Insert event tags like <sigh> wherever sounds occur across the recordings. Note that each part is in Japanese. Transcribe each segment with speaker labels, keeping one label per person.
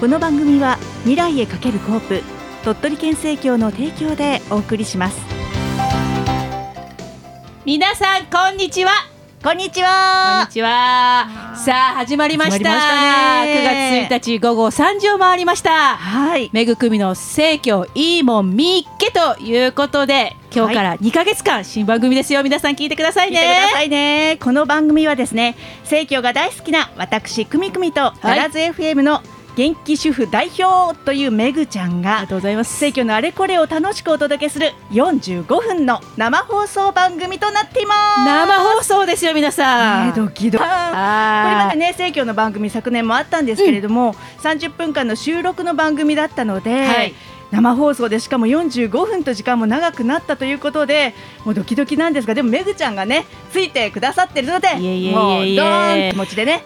Speaker 1: この番組は未来へかけるコープ鳥取県政協の提供でお送りします
Speaker 2: 皆さんこんにちは
Speaker 1: こんにち
Speaker 2: こん
Speaker 1: は
Speaker 2: にちはさあ始まりまし
Speaker 1: 始
Speaker 2: た
Speaker 1: まりましたね
Speaker 2: 9月1日午後3時を回りました
Speaker 1: はい
Speaker 2: めぐくみの生協いいもんみっけということで今日から2ヶ月間新番組ですよ皆さん聞いてください
Speaker 1: 聞いてくだ
Speaker 2: ね
Speaker 1: さいねこの番組はですね生協が大好きな私くみくみと
Speaker 2: い
Speaker 1: 奈良津 FM の元気主婦代表というめぐちゃん
Speaker 2: あり
Speaker 1: が
Speaker 2: がとうございます
Speaker 1: 生協のあれこれを楽しくお届けする45分の生放送番組となっています
Speaker 2: 生放送ですよ皆さん、
Speaker 1: ねドキドキこれま
Speaker 2: あ
Speaker 1: で
Speaker 2: ー
Speaker 1: ね生協の番組昨年もあったんですけれども、30分間の収録の番組だったので、
Speaker 2: はい
Speaker 1: 生放送でしかも45分と時間も長くなったということでもうドキドキなんですがでもめぐちゃんがねついてくださってるので
Speaker 2: いえいえいえいえ
Speaker 1: もうドーン気持ちでね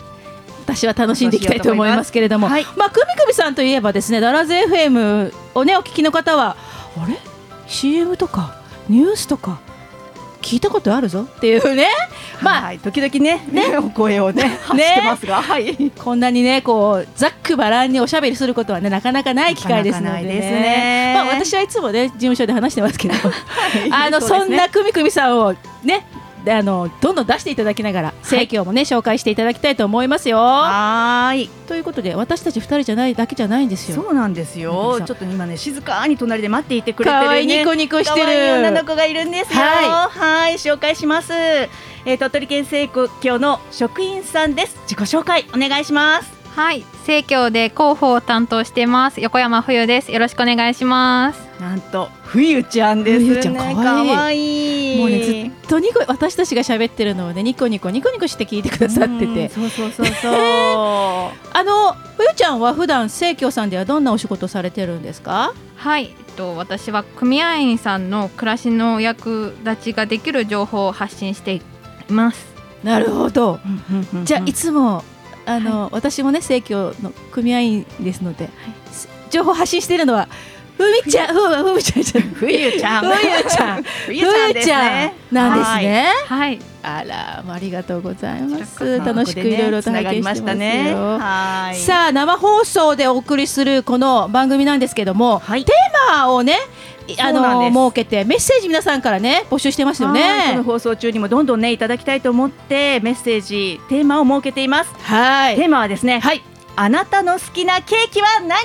Speaker 2: 私は楽しんでいきたいと思いますけれども、
Speaker 1: はい
Speaker 2: まあ、くみくみさんといえばですね、ダラズ FM をね、お聞きの方は、あれ ?CM とか、ニュースとか、聞いたことあるぞっていうね、まあ、
Speaker 1: はい、時々ねねお声を
Speaker 2: <laughs>
Speaker 1: ね発してますが、はい。
Speaker 2: こんなにね、こう、ざっくばらんにおしゃべりすることはね、なかなかない機会ですので、
Speaker 1: なかなかないですね
Speaker 2: まあ、私はいつもね、事務所で話してま
Speaker 1: <laughs>
Speaker 2: すけど、 <laughs> あの、
Speaker 1: そう
Speaker 2: そ
Speaker 1: です
Speaker 2: ん
Speaker 1: ね
Speaker 2: なくみくみさんをね、であのどんどん出していただきながら、生協もね、紹介していただきたいと思いますよ。
Speaker 1: はーい
Speaker 2: ということで、私たち二人じゃないだけじゃないんですよ。
Speaker 1: そうなんです
Speaker 2: う
Speaker 1: よ
Speaker 2: ん
Speaker 1: ちょっと今ね静かに隣で待っていてくれてるね
Speaker 2: 可愛いニコニコしてる
Speaker 1: 可愛い女の子がいるんですよ
Speaker 2: は
Speaker 1: はい紹介します、えー、鳥取県聖教の職員さんです自己紹介お願いします
Speaker 3: はい、生協で広報を担当してます横山冬です。よろしくお願いします。
Speaker 1: なんと冬ちゃんです
Speaker 2: ふ
Speaker 1: ね
Speaker 2: ゆちゃん可愛い
Speaker 1: 可愛い
Speaker 2: もうねずっとニコ私たちが喋ってるのをねニコニコニコニコして聞いてくださって
Speaker 1: うん
Speaker 2: て
Speaker 1: そうそうそうそう
Speaker 2: あのふゆちゃんは普段生協さんではどんなお仕事されてるんですか
Speaker 3: はい、えっと私は組合員さんの暮らしのお役立ちができる情報を発信しています。
Speaker 2: なるほど <laughs> じゃあい
Speaker 1: つ
Speaker 2: つもあの、私もね生協の組合員ですので、す情報発信してるのはふみちゃんふふみちゃんじゃないふ
Speaker 1: 冬ちゃん
Speaker 2: ふゆちゃん
Speaker 1: <laughs> 冬ちゃん
Speaker 2: ふ
Speaker 1: で
Speaker 2: ゆ
Speaker 1: す
Speaker 2: ちゃ
Speaker 1: ね
Speaker 2: んなんです
Speaker 1: はい
Speaker 2: ね
Speaker 3: はい、
Speaker 2: あらもうありがとうございます
Speaker 3: こちらこそ
Speaker 2: 楽しくいろいろと
Speaker 1: つな
Speaker 2: 拝
Speaker 1: が
Speaker 2: 見して
Speaker 1: り
Speaker 2: ま
Speaker 1: ますし
Speaker 2: よ
Speaker 1: たねはい
Speaker 2: さあ生放送でお送りするこの番組なんですけども、
Speaker 1: はい
Speaker 2: テーマをねいあ
Speaker 1: そうな
Speaker 2: の
Speaker 1: んです
Speaker 2: 設けてメッセージ皆さんからね募集してますよ
Speaker 1: はいこの
Speaker 2: ね。
Speaker 1: 放送中にもどんどんねいただきたいと思ってメッセージテーマを設けています、
Speaker 2: はい
Speaker 1: テーマはですね、
Speaker 2: はい
Speaker 1: あなたの好きなケーキは何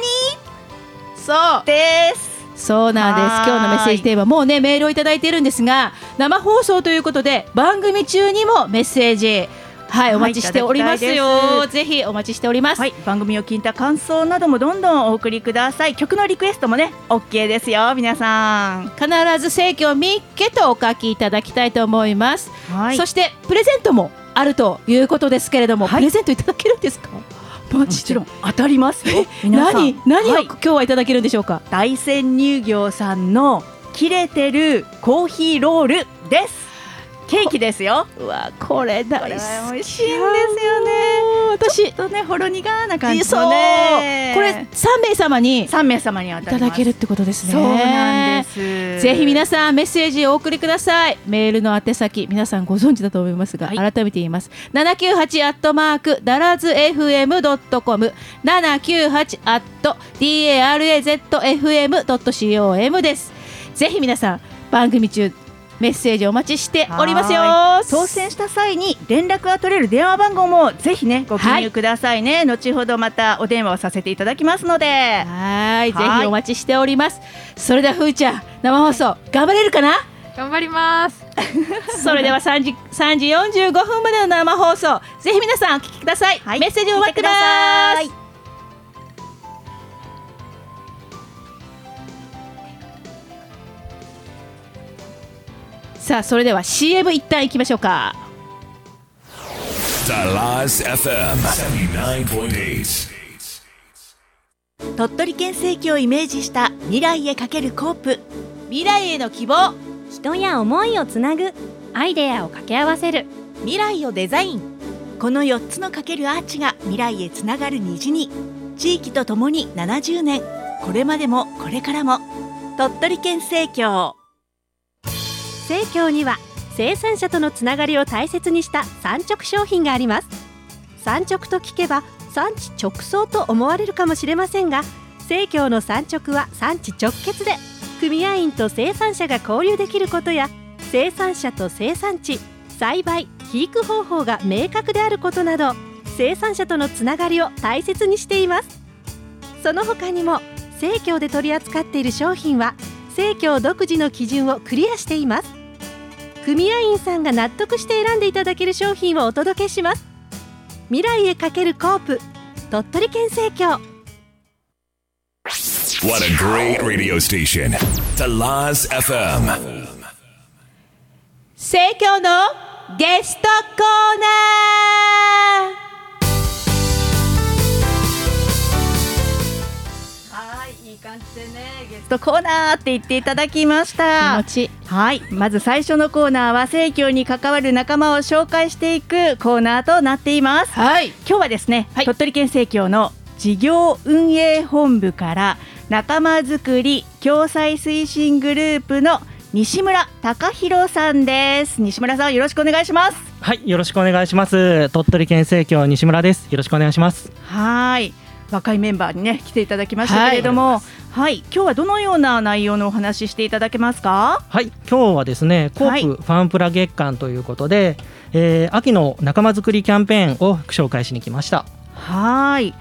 Speaker 2: そう
Speaker 1: です
Speaker 2: そうなんです
Speaker 1: はーい
Speaker 2: 今日のメッセージテーマもうねメールをいただいているんですが生放送ということで番組中にもメッセージはいお待ちしておりますよ、
Speaker 1: いただきたいで
Speaker 2: ぜひお待ちしております、
Speaker 1: はい番組を聞いた感想などもどんどんお送りください曲のリクエストもね OK ですよ皆さん
Speaker 2: 必ず正規を見っけとお書きいただきたいと思います
Speaker 1: は
Speaker 2: そしてプレゼントもあるということですけれども、
Speaker 1: はい
Speaker 2: プレゼントいただけるんですかマ
Speaker 1: もちろん当たりますよ皆さん
Speaker 2: 何何を、
Speaker 1: はい
Speaker 2: 今日はいただけるんでしょうか
Speaker 1: 大山乳業さんの切れてるコーヒーロールですケーキですよ
Speaker 2: うわこれ大好
Speaker 1: こ
Speaker 2: き
Speaker 1: れは美味しいんですよね
Speaker 2: 私
Speaker 1: ちょっとねほろ苦な感じ
Speaker 2: そう
Speaker 1: の
Speaker 2: こ
Speaker 1: ね
Speaker 2: れ三名様にい
Speaker 1: 3名様に当た
Speaker 2: た
Speaker 1: ります
Speaker 2: だけるってことですね
Speaker 1: そうなんです
Speaker 2: ぜひ皆
Speaker 1: さ
Speaker 2: さんメッセージをお送りくださいメールの宛先皆さんご存知だと思いますが、
Speaker 1: はい
Speaker 2: 改めて言います798アットマークダラズ FM.com 798アット DARAZFM.com ですぜひ皆さん番組中メッセージお待ちしておりますよ
Speaker 1: は当選した際に連絡が取れる電話番号もぜひねご記
Speaker 2: はい
Speaker 1: 入くださいね、後ほどまたお電話をさせていただきますので
Speaker 2: はいぜ
Speaker 1: はい
Speaker 2: ひお待ちしておりますそれではふーちゃん生放送頑張れるかな
Speaker 3: 頑張ります。
Speaker 2: <laughs> それでは3時3時45分までの生放送ぜひ皆さんお聞きください、
Speaker 1: はい
Speaker 2: メッセージをお待ちくださ
Speaker 1: 聞
Speaker 2: い
Speaker 1: いてくだ
Speaker 2: さあそれでは CM 一旦行きましょうか
Speaker 4: Dallas FM 79.8.
Speaker 1: 鳥取県政教をイメージした未来へかけるコープ
Speaker 2: 未来への希望
Speaker 5: 人や思いをつなぐ
Speaker 3: アイデアを掛け合わせる。
Speaker 1: 未来をデザインこの4つのかけるアーチが未来へつながる虹に地域とともに70年これまでもこれからも鳥取県政教
Speaker 5: 生協には生産者とのつながりを大切にした産直商品があります産直と聞けば
Speaker 6: 産地直送と思われるかもしれませんが生協の産直は産地直結で組合員と生産者が交流できることや生産者と生産地栽培肥育方法が明確であることなど生産者とのつながりを大切にしていますその他にも生協で取り扱っている商品は生協独自の基準をクリアしています組合員さんが納得して選んでいただける商品をお届けします未来へかけるコープ鳥取県生協
Speaker 4: What a great radio station. Talaz FM.
Speaker 2: 生協のゲストコーナー
Speaker 3: いい感じでねゲス
Speaker 1: ゲストコーナーって言っていただきましたはいまず最初のコーナーは生協に関わる仲間を紹介していくコーナーとなっています
Speaker 2: はい
Speaker 1: 今日はですね、鳥取県生協の事業運営本部から仲間づくり共済推進グループの西村隆弘さんです西村さんよろしくお願いします
Speaker 7: はい、よろしくお願いします。鳥取県生協西村です。よろしくお願いします。
Speaker 1: はい若いメンバーにね来ていただきましたけれども、はい、今日はどのような内容のお話ししていただけますか
Speaker 7: はい、今日はですね、コ
Speaker 1: はい
Speaker 7: ープファンプラ月間ということで、えー秋の仲間づくりキャンペーンを紹介しに来ました。
Speaker 1: はい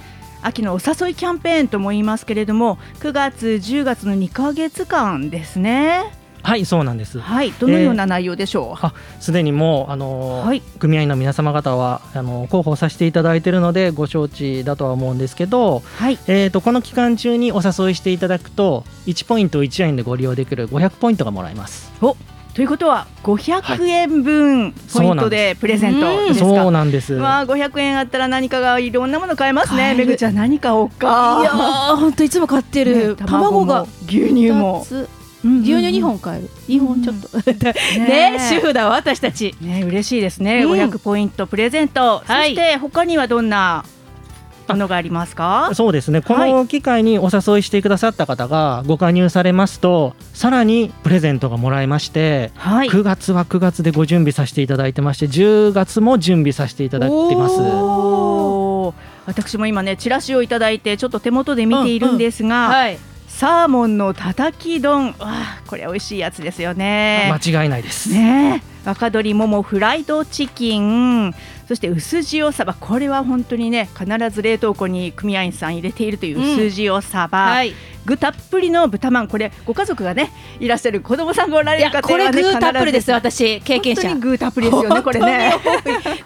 Speaker 1: 秋のお誘いキャンペーンとも言いますけれども9月10月の2ヶ月間ですね
Speaker 7: はい、そうなんです。
Speaker 1: はいどのような内容でしょう、
Speaker 7: あ、すでにもうあのー
Speaker 1: はい
Speaker 7: 組合員の皆様方はあのー広報させていただいているのでご承知だとは思うんですけど、
Speaker 1: はい
Speaker 7: えーとこの期間中にお誘いしていただくと1ポイント1円でご利用できる500ポイントがもらえます。
Speaker 1: ということは500円分ポイントでプレゼントですか、
Speaker 7: そうなんです。
Speaker 1: わあ500円あったら何かがいろんなもの買えます
Speaker 2: 買え
Speaker 1: ね
Speaker 2: る
Speaker 1: めぐちゃん何買おう
Speaker 2: いや
Speaker 1: か
Speaker 2: ーほんといつも買って
Speaker 1: ね
Speaker 2: る、卵が
Speaker 1: も牛乳
Speaker 2: 2
Speaker 1: も
Speaker 2: つ
Speaker 1: 牛
Speaker 2: 牛乳2本買える2本ちょっと、
Speaker 1: ね
Speaker 2: ね主婦だわ私たち
Speaker 1: ね嬉しいですね、
Speaker 2: うん
Speaker 1: 500ポイントプレゼント、
Speaker 2: は
Speaker 1: そし
Speaker 2: い
Speaker 1: て他にはどんなものがありますか
Speaker 7: そうですねこ
Speaker 1: は
Speaker 7: の機会にお誘いしてくださった方がご加入されますとさらにプレゼントがもらえまして、
Speaker 1: はい
Speaker 7: 9月は9月でご準備させていただいてまして10月も準備させていただいてます
Speaker 1: おー私も今ねチラシをいただいてちょっと手元で見ているんですが、
Speaker 2: はい
Speaker 1: サーモンのたたき丼わあこれ美味しいやつですよね
Speaker 7: 間違いないです、
Speaker 1: ねえ若鶏ももフライドチキンそして薄塩サバこれは本当にね必ず冷凍庫に組合員さん入れているという薄塩サバ、
Speaker 2: はい
Speaker 1: 具たっぷりの豚まんこれご家族がねいらっしゃる子供さんがおら
Speaker 2: い
Speaker 1: れる
Speaker 2: や
Speaker 1: 方
Speaker 2: これ
Speaker 1: は
Speaker 2: グ
Speaker 1: ね
Speaker 2: ーたっぷりで
Speaker 1: 必ず
Speaker 2: す私経験者
Speaker 1: 本当にグーたっぷりですよねこれね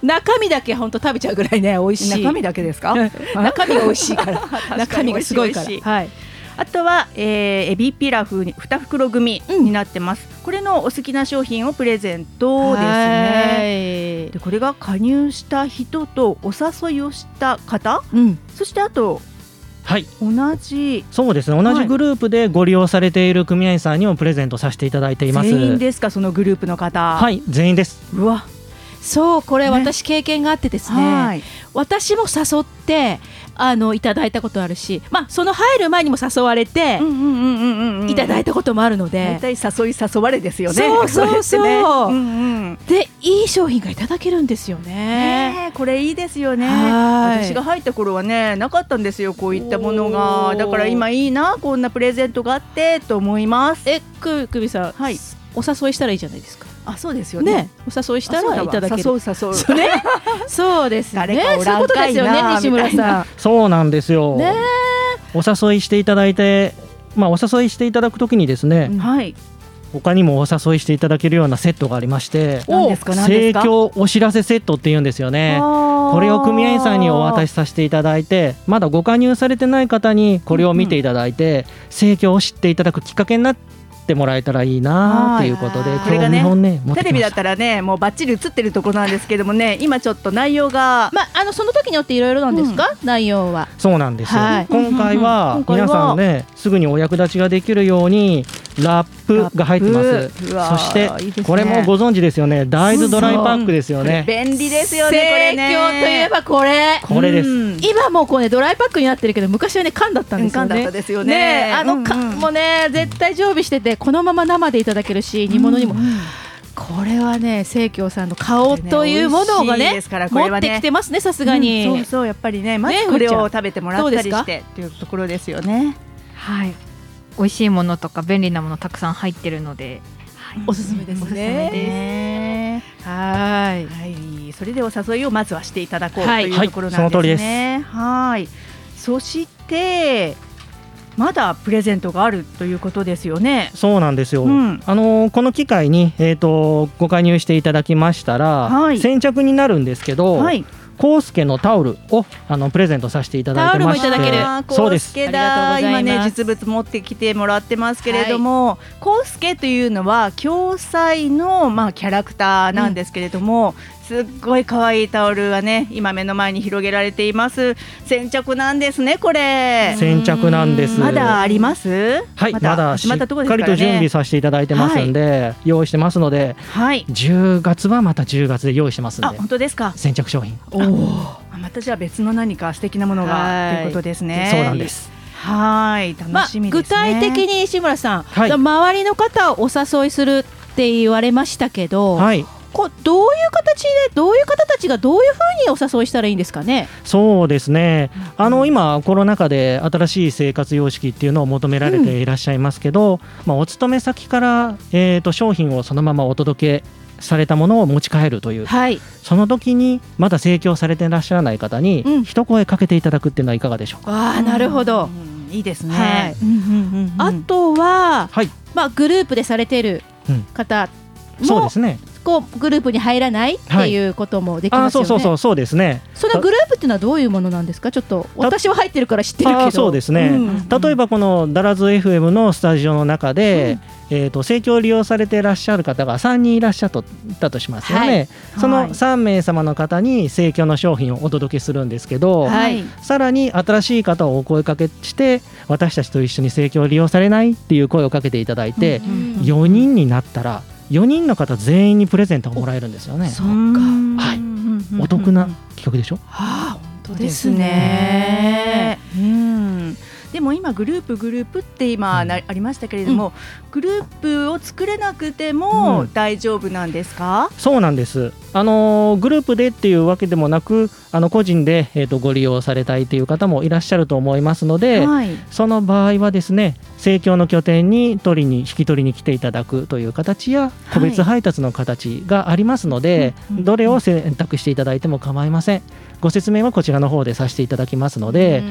Speaker 2: 中身だけ本当食べちゃうぐらいね美味しい
Speaker 1: 中身だけですか
Speaker 2: 中身が美味しいから
Speaker 1: <laughs> かに
Speaker 2: 中身がすごいから
Speaker 1: 美味しい美味しい
Speaker 2: はい
Speaker 1: あとは、えーエビピラフに2袋組
Speaker 2: うん
Speaker 1: になってます、これのお好きな商品をプレゼントですね
Speaker 2: ね
Speaker 1: でこれが加入した人とお誘いをした方
Speaker 2: うん
Speaker 1: そしてあと
Speaker 7: はい
Speaker 1: 同じ
Speaker 7: そうですね同
Speaker 1: は
Speaker 7: じ
Speaker 1: い
Speaker 7: グループでご利用されている組合員さんにもプレゼントさせていただいています
Speaker 1: 全員ですかそのグループの方、
Speaker 7: はい全員です
Speaker 1: うわ
Speaker 2: そうこれ
Speaker 1: ね
Speaker 2: 私経験があってですね
Speaker 1: い
Speaker 2: 私も誘ってあのいただいたことあるしまあその入る前にも誘われて
Speaker 1: うんうんうんうんうん
Speaker 2: いただいたこともあるの
Speaker 1: 大
Speaker 2: で
Speaker 1: 体誘い誘われですよね。
Speaker 2: そうそうそう
Speaker 1: れってねうんうん
Speaker 2: でいい商品がいただけるんですよね
Speaker 1: ねえこれいいですよね。
Speaker 2: はい
Speaker 1: 私が入った頃はねなかったんですよこういったものが
Speaker 2: おー
Speaker 1: だから今いいなこんなプレゼントがあってと思います。
Speaker 2: えくくびさん
Speaker 1: はい
Speaker 2: お誘いしたらいいじゃないですか
Speaker 1: あそうですよね。
Speaker 2: ねお誘いした
Speaker 1: あそう
Speaker 2: ら
Speaker 1: だわ
Speaker 2: いただける
Speaker 1: 誘う誘う。
Speaker 2: そうねそうですね
Speaker 1: 誰かおらんかいな
Speaker 2: そういうことですよね西村
Speaker 1: みたい
Speaker 2: さ
Speaker 7: そうなんですよ、
Speaker 2: んね
Speaker 7: お誘いしていただいてまあお誘いしていただくときにですね、
Speaker 1: はい。
Speaker 7: 他にもお誘いしていただけるようなセットがありまして
Speaker 1: 何ですか何です
Speaker 7: 盛
Speaker 1: か。
Speaker 7: 況お知らせセットっていうんですよねこ
Speaker 1: こ
Speaker 7: れを組合員さんにお渡しさせていただいてまだご加入されてない方にこれを見ていただいて盛況を知っていただくきっかけになってもらえたらいいなということで
Speaker 1: はい
Speaker 7: 今日2本ね持っ
Speaker 1: テ
Speaker 7: て
Speaker 1: レ
Speaker 7: きま
Speaker 1: ビだ
Speaker 7: し
Speaker 1: ったたらねもうバッチリ映ってるところなんですけどもね今ちょっと内容が
Speaker 2: まああのその時によっていろいろなんですか内容は
Speaker 7: そうなんですよ
Speaker 2: はい
Speaker 7: 今回は
Speaker 1: <laughs> 今回は
Speaker 7: 皆さんねすぐにお役立ちができるようにラップが入ってます
Speaker 1: うわ
Speaker 7: そして
Speaker 1: いいですね
Speaker 7: これもご存知ですよね大豆ドライパックですよね
Speaker 1: 便利ですよねこれね。
Speaker 2: 盛況といえばこれ
Speaker 7: これです
Speaker 1: うん
Speaker 2: 今もうこうねドライパックになってるけど昔はね缶だったんですよ
Speaker 1: 缶だっ
Speaker 2: ね
Speaker 1: たですよね。
Speaker 2: ねあ
Speaker 1: うんう
Speaker 2: の
Speaker 1: ん
Speaker 2: 缶もね絶対常備しててこのまま生でいただけるし煮物にもこれはね清京さんの顔というものが
Speaker 1: 美味しい
Speaker 2: ね
Speaker 1: ですからこれ
Speaker 2: 持
Speaker 1: は
Speaker 2: ってき
Speaker 1: ね
Speaker 2: てますねさすがに、
Speaker 1: うんそうそうやっぱりねま
Speaker 2: ね
Speaker 1: ずこれ
Speaker 2: ふーちゃ
Speaker 1: を
Speaker 2: ん
Speaker 1: 食べてもらっ
Speaker 2: ど
Speaker 1: た
Speaker 2: うで
Speaker 1: り
Speaker 2: すか
Speaker 1: してっていうところですよね
Speaker 3: はい美味しいものとか便利なものたくさん入ってるので、はい
Speaker 2: おすすめです
Speaker 3: おすす
Speaker 2: ね
Speaker 3: めです
Speaker 1: ね
Speaker 2: はーい
Speaker 1: はいそれでお誘いをまずはしていただこうと
Speaker 3: はい
Speaker 1: いうところなん
Speaker 7: はいその通り
Speaker 1: で
Speaker 7: ですす
Speaker 1: ねはいそしてまだプレゼントがあるということですよね
Speaker 7: そうなんですよ、
Speaker 1: うん
Speaker 7: あのーこの機会に、えー、とご加入していただきましたら、
Speaker 1: はい
Speaker 7: 先着になるんですけど、
Speaker 1: はい
Speaker 7: コウスケのタオルをあのプレゼントさせていただいてまして
Speaker 2: タオルもいただける
Speaker 1: あー
Speaker 7: そうで
Speaker 1: コウス
Speaker 7: す
Speaker 1: ケ
Speaker 2: あ
Speaker 1: だ
Speaker 2: りがとうご
Speaker 1: 今
Speaker 2: ざいます
Speaker 1: ね実物持ってきてもらってますけれども、コウスケというのは共済のまあキャラクターなんですけれども、すっごい可愛いタオルがね今目の前に広げられています先着なんですねこれ
Speaker 7: 先着なんです
Speaker 1: まだあります
Speaker 7: はいまだ
Speaker 1: 始
Speaker 7: し
Speaker 1: まったとこ
Speaker 7: っ
Speaker 1: ろ
Speaker 7: か
Speaker 1: です
Speaker 7: り
Speaker 1: から
Speaker 7: と準備
Speaker 1: ね
Speaker 7: させていただいてますんで、用意してますので
Speaker 1: はい
Speaker 7: 10月はまた10月で用意してますん
Speaker 1: あ
Speaker 7: で
Speaker 1: 本当ですか
Speaker 7: 先着商品、
Speaker 1: あまたじゃあ別の何か素敵なものが
Speaker 2: はい
Speaker 1: ということですね
Speaker 7: そうなんです
Speaker 1: はい
Speaker 2: ま
Speaker 1: 楽
Speaker 2: あ
Speaker 1: しみで
Speaker 2: 具
Speaker 1: すね、
Speaker 2: 体的に石村さん、
Speaker 7: はい
Speaker 2: 周りの方をお誘いするって言われましたけど、
Speaker 7: はい
Speaker 2: こうどういう形でどういう方たちがどういうふうにお誘いしたらいいんですかね。
Speaker 7: そうですね、あの今、コロナ禍で新しい生活様式っていうのを求められていらっしゃいますけど、まあ、お勤め先から、えー、と商品をそのままお届けされたものを持ち帰るという、
Speaker 2: はい。
Speaker 7: その時にまだ提供されていらっしゃらない方に、
Speaker 2: うん
Speaker 7: 一声かけていただくっていうのはいかがでしょうか。
Speaker 2: ああなるほど。
Speaker 1: うんいいですね、
Speaker 2: はい
Speaker 1: うんうんうんうん
Speaker 2: あとは、
Speaker 7: はい
Speaker 2: まあグループでされてる
Speaker 7: うん
Speaker 2: 方
Speaker 7: そうで
Speaker 2: も、
Speaker 7: すね。
Speaker 2: こうグループに入らないっていうこともでき
Speaker 7: あー
Speaker 2: ます
Speaker 7: そ
Speaker 2: よ
Speaker 7: う
Speaker 2: ね。
Speaker 7: そうそうそうですね。
Speaker 2: そのグループっていうのはどういうものなんですか。ちょっと私は入ってるから知ってるけ
Speaker 7: あ
Speaker 2: ど。
Speaker 7: ーそうですね。
Speaker 1: うん
Speaker 7: 例えばこのダラズ FM のスタジオの中で、えっ、と盛況を利用されていらっしゃる方が3人いらっしゃったとしますよね。
Speaker 2: はい
Speaker 7: そ
Speaker 1: はい
Speaker 7: の3名様の方に盛況の商品をお届けするんですけど、
Speaker 2: はい。
Speaker 7: さらに新しい方をお声かけして私たちと一緒に盛況を利用されないっていう声をかけていただいて、
Speaker 2: うん
Speaker 7: 4人になったら4人の方全員にプレゼントをもらえるんですよね。
Speaker 2: そっか。
Speaker 7: はい
Speaker 1: い
Speaker 7: お得な企画でしょ。
Speaker 2: はあ本当
Speaker 1: です。ね。うん。でも今グループグループって今な、
Speaker 7: う
Speaker 1: ありましたけれども、グループを作れなくても大丈夫なんですか？
Speaker 7: そうなんです。あのーグループでっていうわけでもなく、あの個人でえっ、とご利用されたいという方もいらっしゃると思いますので、
Speaker 1: はい。
Speaker 7: その場合はですね、盛況の拠点に取りに引き取りに来ていただくという形や個別配達の形がありますので、
Speaker 1: うんうん
Speaker 7: どれを選択していただいても構いません。ご説明はこちらの方でさせていただきますので、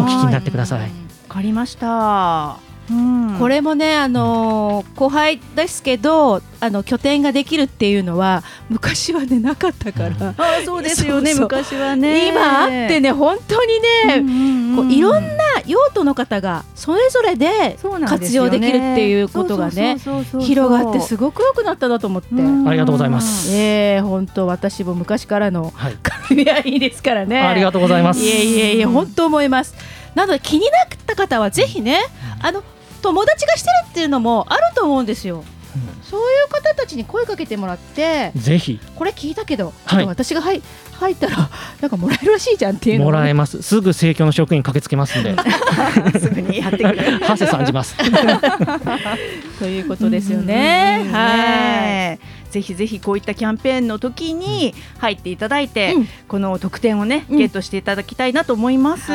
Speaker 7: お
Speaker 1: お
Speaker 7: 聞きになってください。
Speaker 1: わかりました。うん。
Speaker 2: これもね、あのー後輩ですけどあの拠点ができるっていうのは昔はねなかったから、
Speaker 1: あそうですよね
Speaker 2: そうそう
Speaker 1: 昔はね。
Speaker 2: 今あってね本当に
Speaker 1: う
Speaker 2: ね、
Speaker 1: んう
Speaker 2: こ
Speaker 1: んうん
Speaker 2: ういろんな用途の方がそれぞれで
Speaker 1: そうなんですよね
Speaker 2: 活用できるっていうことがね
Speaker 1: そうそうそうそう
Speaker 2: 広がってすごく良くなったなと思って。
Speaker 1: うん
Speaker 7: ありがとうございます
Speaker 2: ええ本当私も昔からの <laughs>
Speaker 7: はい。
Speaker 2: 組合員ですからね。
Speaker 7: <laughs> ありがとうございます。
Speaker 2: いえいえいえ本当思います。なので気になった方はぜひねあの友達がしてるっていうのもあると思うんですよ。そういう方たちに声かけてもらって
Speaker 7: ぜひ
Speaker 2: これ聞いたけど、
Speaker 7: は
Speaker 2: ち
Speaker 7: い
Speaker 2: ょっと私が入入ったら <laughs> なんかもらえるらしいじゃんっていうの
Speaker 7: も
Speaker 2: を
Speaker 7: らえます。すぐ盛況の職員駆けつけます
Speaker 1: <laughs>
Speaker 7: んで、
Speaker 1: すぐにやってくれる。
Speaker 7: ハセさん
Speaker 1: <laughs>
Speaker 7: じます。
Speaker 2: ということですよね。はい。
Speaker 1: い。ぜひぜひこういったキャンペーンの時に入っていただいて、
Speaker 2: うん
Speaker 1: この特典をね、
Speaker 2: うん
Speaker 1: ゲットしていただきたいなと思います。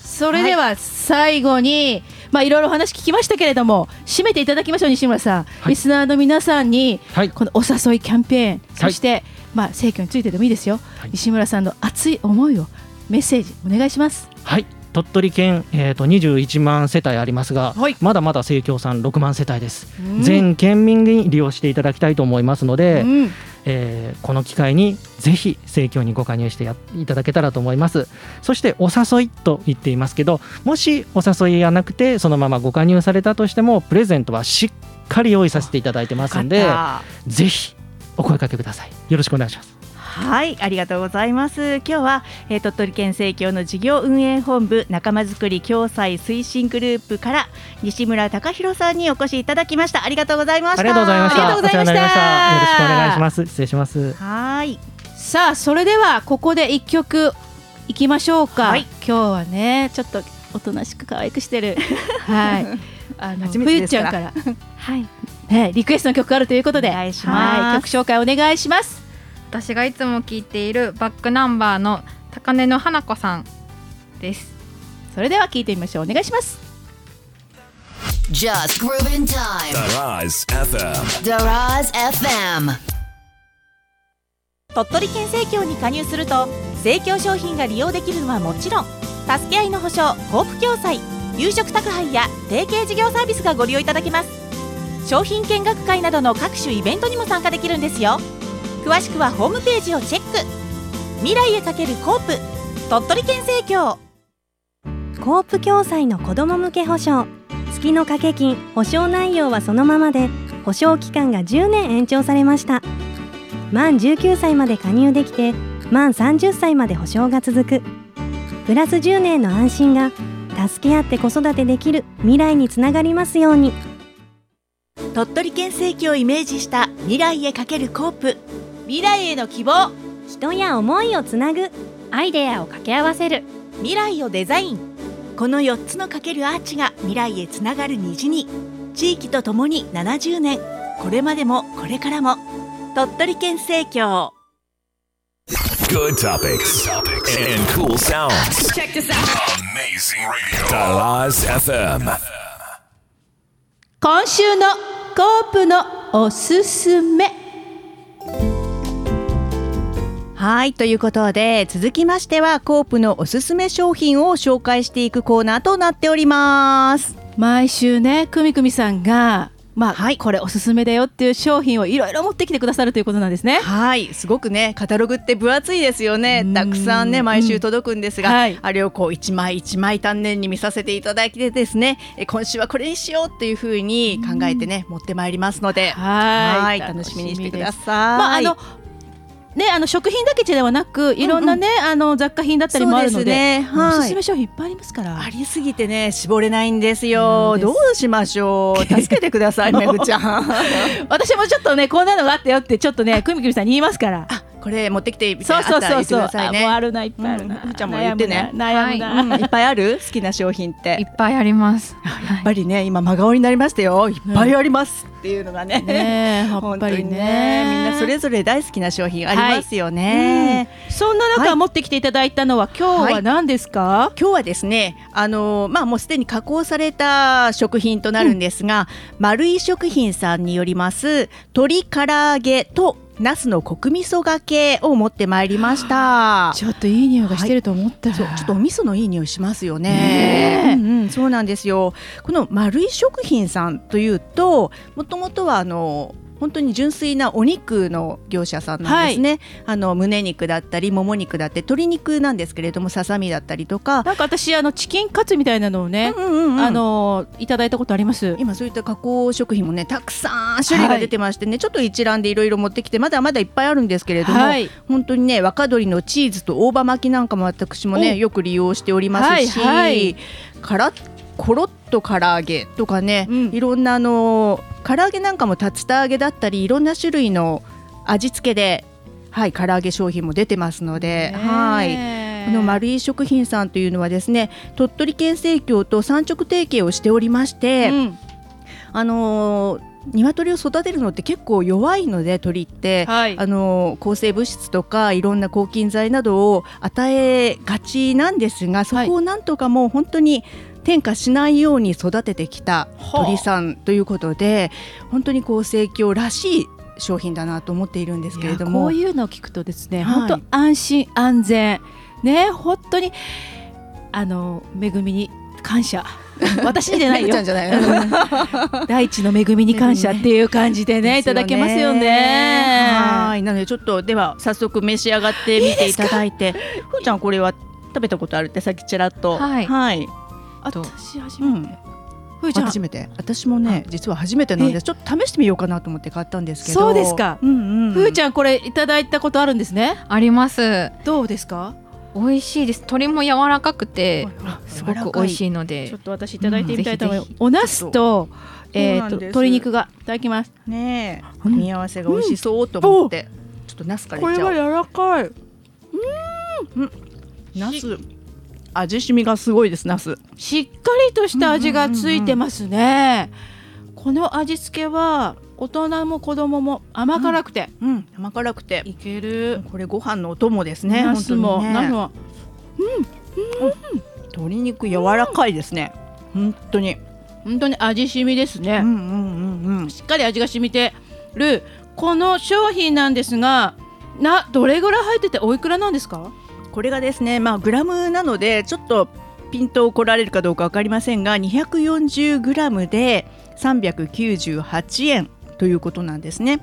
Speaker 2: それでは最後に、まあいろいろお話聞きましたけれども締めていただきましょう西村さん、
Speaker 7: い
Speaker 2: リスナーの皆さんに
Speaker 7: はい。
Speaker 2: このお誘いキャンペーン、
Speaker 7: はい
Speaker 2: そしてまあ選挙についてでもいいですよ、
Speaker 7: はい
Speaker 2: 西村さんの熱い思いをメッセージお願いします。
Speaker 7: はい鳥取県、えー、と21万世帯ありますが、
Speaker 2: はい
Speaker 7: まだまだ盛況さん6万世帯です、全県民に利用していただきたいと思いますので、
Speaker 2: うん
Speaker 7: えーこの機会にぜひ盛況にご加入してやいただけたらと思いますそしてお誘いと言っていますけどもしお誘いがなくてそのままご加入されたとしてもプレゼントはしっかり用意させていただいてますんで
Speaker 1: よかっ
Speaker 7: ぜひお声かけくださいよろしくお願いします
Speaker 1: たはい、ありがとうございます。今日は、えー鳥取県政協の事業運営本部仲間づくり共済推進グループから西村隆弘さんにお越しいただきました。ありがとうございました。
Speaker 7: ありがとうございま
Speaker 2: あ
Speaker 7: した
Speaker 2: りがとうございました
Speaker 7: お世話になりましたよろしくお願いします失礼します
Speaker 1: はい。
Speaker 2: さあそれではここで一曲いきましょうか、
Speaker 1: はい
Speaker 2: 今日はねちょっと
Speaker 1: <laughs>
Speaker 2: おとなしく可愛くしてるはいあの
Speaker 1: 初めて
Speaker 2: 冬
Speaker 1: です
Speaker 2: ち
Speaker 1: か
Speaker 2: ゃん
Speaker 1: ら
Speaker 2: から
Speaker 3: はい
Speaker 2: えーリクエストの曲があるということで、
Speaker 1: お願いします
Speaker 2: はい曲紹介お願いします。
Speaker 3: 私がいつも聞いているバックナンバーの高根の花子さんです
Speaker 2: それでは聞いてみましょう。お願いします。
Speaker 8: Just grooving time.
Speaker 4: Laz FM.
Speaker 8: Daraz FM.
Speaker 9: 鳥取県生協に加入すると生協商品が利用できるのはもちろん助け合いの保証交付共済夕食宅配や提携事業サービスがご利用いただけます商品見学会などの各種イベントにも参加できるんですよ詳しくはホームページをチェック未来へかけるコープ鳥取県生協
Speaker 6: コープ共済の子ども向け保証月の掛け金保証内容はそのままで保証期間が10年延長されました満19歳まで加入できて満30歳まで保証が続くプラス10年の安心が助け合って子育てできる未来につながりますように
Speaker 9: 鳥取県生協をイメージした未来へかけるコープ未来への希望
Speaker 6: 人や思いをつなぐアイデアを掛け合わせる
Speaker 9: 未来をデザインこの4つのかけるアーチが未来へつながる虹に地域とともに70年これまでもこれからも鳥取県生協
Speaker 4: Good topics. And, and cool sounds. Check this out. Amazing radio. Dalaz FM.
Speaker 2: 今週のコープのおすすめ。
Speaker 1: はいということで続きましてはコープのおすすめ商品を紹介していくコーナーとなっております。
Speaker 2: 毎週ねくみくみさんがまあ、これおすすめだよっていう商品をいろいろ持ってきてくださるということなんですね。
Speaker 1: はいすごくねカタログって分厚いですよね
Speaker 2: うん
Speaker 1: たくさんね毎週届くんですが、
Speaker 2: うんはい
Speaker 1: あれをこう一枚一枚丹念に見させていただいてですねえ今週はこれにしようっていうふうに考えてね、持ってまいりますので
Speaker 2: はい
Speaker 1: はい楽しみにしてください。
Speaker 2: まああのねあの食品だけではなくいろんなね、あの雑貨品だったりもあるの
Speaker 1: そうで
Speaker 2: で
Speaker 1: すねはい
Speaker 2: おすすめ商品いっぱいありますから。
Speaker 1: ありすぎてね絞れないんですよ
Speaker 2: そうです
Speaker 1: どうしましょう助けてくだ <laughs> さいめぐちゃん
Speaker 2: 私もちょっとねこんなのがあったよってちょっとねくみくみさんに言いますから。
Speaker 1: これ持ってきてみた
Speaker 2: そ
Speaker 1: いうな
Speaker 2: そうそう
Speaker 1: あ
Speaker 2: そう。
Speaker 1: ったら言ってください
Speaker 2: あもうあ
Speaker 1: ね
Speaker 2: るないっぱいあるな。
Speaker 1: うんみーちゃんも言ってね
Speaker 2: 悩むな。
Speaker 1: う
Speaker 2: 悩む
Speaker 1: ん
Speaker 2: な。
Speaker 1: いっぱいある好きな商品って
Speaker 3: いっぱいあります
Speaker 1: やっぱりね今真顔になりましたよいっぱいありますっていうのがね,、
Speaker 2: ねえやっ
Speaker 1: 本
Speaker 2: ぱ
Speaker 1: 当
Speaker 2: り
Speaker 1: にね
Speaker 2: ね。
Speaker 1: みんなそれぞれ大好きな商品ありますよね、
Speaker 2: そんな中、
Speaker 1: はい
Speaker 2: 持ってきていただいたのは今日は何ですか、
Speaker 1: 今日はですねあのまあもうすでに加工された食品となるんですが、丸井食品さんによります鶏唐揚げとナスの国味噌がけを持ってまいりました
Speaker 2: ちょっといい匂いがしてると思ったら、
Speaker 1: そうちょっとお味噌のいい匂いしますよ
Speaker 2: ね
Speaker 1: ね。
Speaker 2: え
Speaker 1: うんうん、そうなんですよ。この丸い食品さんというと、もともとはあの。本当に純粋なお肉の業者さんなんですね、あの胸肉だったりもも肉だって鶏肉なんですけれどもささみだったりとか、
Speaker 2: なんか私あのチキンカツみたいなのをね、
Speaker 1: うんうんうん
Speaker 2: あのいただいたことあります
Speaker 1: 今そういった加工食品もねたくさん種類が出てましてね、ちょっと一覧でいろいろ持ってきてまだまだいっぱいあるんですけれども、
Speaker 2: はい
Speaker 1: 本当にね若鶏のチーズと大葉巻きなんかも私も
Speaker 2: お
Speaker 1: ねよく利用しておりますし、
Speaker 2: はいはい
Speaker 1: からコロッと唐揚げとかね、
Speaker 2: うん
Speaker 1: いろんなあの唐揚げなんかも竜田揚げだったりいろんな種類の味付けではい唐揚げ商品も出てますので、はいこの丸井食品さんというのはですね鳥取県生協と産直提携をしておりまして、
Speaker 2: うん
Speaker 1: あのー鶏を育てるのって結構弱いので鳥って、
Speaker 2: はい
Speaker 1: あのー抗生物質とかいろんな抗菌剤などを与えがちなんですがそこをなんとかもう本当に転化しないように育ててきた鳥さんということで、本当にこう生協らしい商品だなと思っているんですけれど
Speaker 2: いやこ
Speaker 1: も
Speaker 2: ういうのを聞くとですね、
Speaker 1: はい
Speaker 2: 本当安心安全ね本当にあの恵みに
Speaker 1: <laughs>
Speaker 2: 感謝私にじゃない
Speaker 1: めぐちゃ
Speaker 2: よ
Speaker 1: んじゃないの
Speaker 2: 大地の恵みに感謝っていう感じでねいただけますよね
Speaker 1: はいなのでちょっとでは早速召し上がってみていただいて <laughs> ふーちゃんこれは食べたことあるってさっきちらっと
Speaker 3: はい
Speaker 1: はい、
Speaker 2: 私初
Speaker 1: う
Speaker 2: めて、
Speaker 1: ん
Speaker 2: ふーちゃん
Speaker 1: 初めて私もね実は初めてなんですちょっと試してみようかなと思って買ったんですけど
Speaker 2: そうですか
Speaker 1: うんうん、
Speaker 2: ふーちゃんこれいただいたことあるんですね
Speaker 3: あります
Speaker 2: どうですか
Speaker 3: 美味しいです鶏も柔らかくてすごく美味し
Speaker 1: い
Speaker 3: いので
Speaker 2: ちょっと私いただいてみたいと思います
Speaker 3: うんぜひぜひ
Speaker 2: お茄子とえ
Speaker 1: そうな
Speaker 2: ー
Speaker 1: ん
Speaker 2: と
Speaker 1: です
Speaker 2: 鶏肉がいただきます
Speaker 1: ねえ組み合わせが美味しそうと思って、ちょっとナスからいっちゃおう
Speaker 2: 柔らかい
Speaker 1: ナス味しみがすごいですナス
Speaker 2: しっかりとした味がついてますね、この味付けは大人も子供も甘辛くて、
Speaker 1: うん、甘辛くて
Speaker 2: いける
Speaker 1: これご飯のお供ですね
Speaker 2: ナス
Speaker 1: 本
Speaker 2: も、
Speaker 1: 当にね
Speaker 2: ナスも
Speaker 1: 鶏肉柔らかいですね本当に
Speaker 2: 本当に味しみですね、
Speaker 1: うんうんうんうん
Speaker 2: しっかり味が染みてるこの商品なんですがなどれぐらい入ってておいくらなんですか
Speaker 1: これがですねまあグラムなのでちょっとピントを来られるかどうかわかりませんが240グラムで398円ということなんですね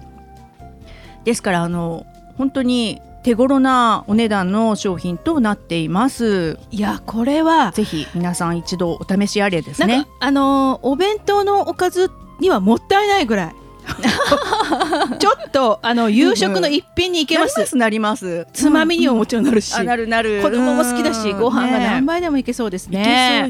Speaker 1: ですからあの本当に手頃なお値段の商品となっています
Speaker 2: いやこれは
Speaker 1: ぜひ皆さん一度お試しあれです
Speaker 2: なんか、
Speaker 1: ね
Speaker 2: あのーお弁当のおかずにはもったいない
Speaker 1: <laughs>
Speaker 2: ぐらいちょっとあの夕食の一品にいけ
Speaker 1: な
Speaker 2: ま
Speaker 1: り
Speaker 2: す、
Speaker 1: ますなります
Speaker 2: つまみにももちろんなるし、
Speaker 1: あなるなる
Speaker 2: 子供も好きだし、
Speaker 1: うん
Speaker 2: ご飯が何
Speaker 1: ね
Speaker 2: 倍でもいけそうです
Speaker 1: い
Speaker 2: ね。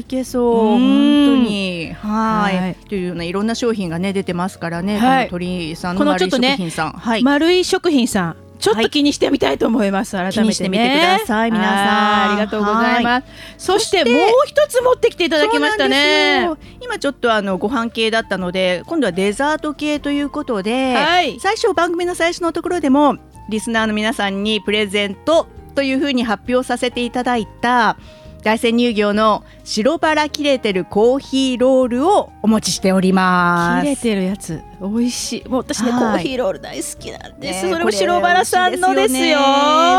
Speaker 1: けそういけそう
Speaker 2: う
Speaker 1: 本
Speaker 2: ん
Speaker 1: 当にはい
Speaker 2: はい
Speaker 1: というようないろんな商品がね出てますからね、
Speaker 2: はい
Speaker 1: この鳥居さんの
Speaker 2: この
Speaker 1: 丸
Speaker 2: ちょ
Speaker 1: い
Speaker 2: っと
Speaker 1: 食
Speaker 2: ね
Speaker 1: 品さん、はい、
Speaker 2: 丸い食品さん、ちょっと気にしてみたいと思います。改めて、ね、
Speaker 1: 気にしてみてください皆さん
Speaker 2: はいありがとうございます。そしてもう一つ持ってきていただきましたね
Speaker 1: そうな。んですよ今ちょっとあのご飯系だったので今度はデザート系ということで、
Speaker 2: はい
Speaker 1: 最初番組の最初のところでもリスナーの皆さんにプレゼントというふうに発表させていただいた大山乳業の白バラ切れてるコーヒーロールをお持ちしております。
Speaker 2: 切れてるやつ美味しいもう私ね、
Speaker 1: はい
Speaker 2: コーヒーロール大好きなん
Speaker 1: ね
Speaker 2: です、
Speaker 1: こ
Speaker 2: それも白バラさんのです
Speaker 1: 美味
Speaker 2: よ
Speaker 1: しいね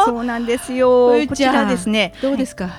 Speaker 1: そうなんですよ。
Speaker 2: ふー
Speaker 1: こ
Speaker 2: ち
Speaker 1: ち
Speaker 2: ゃん
Speaker 1: らですね。
Speaker 2: どうですか、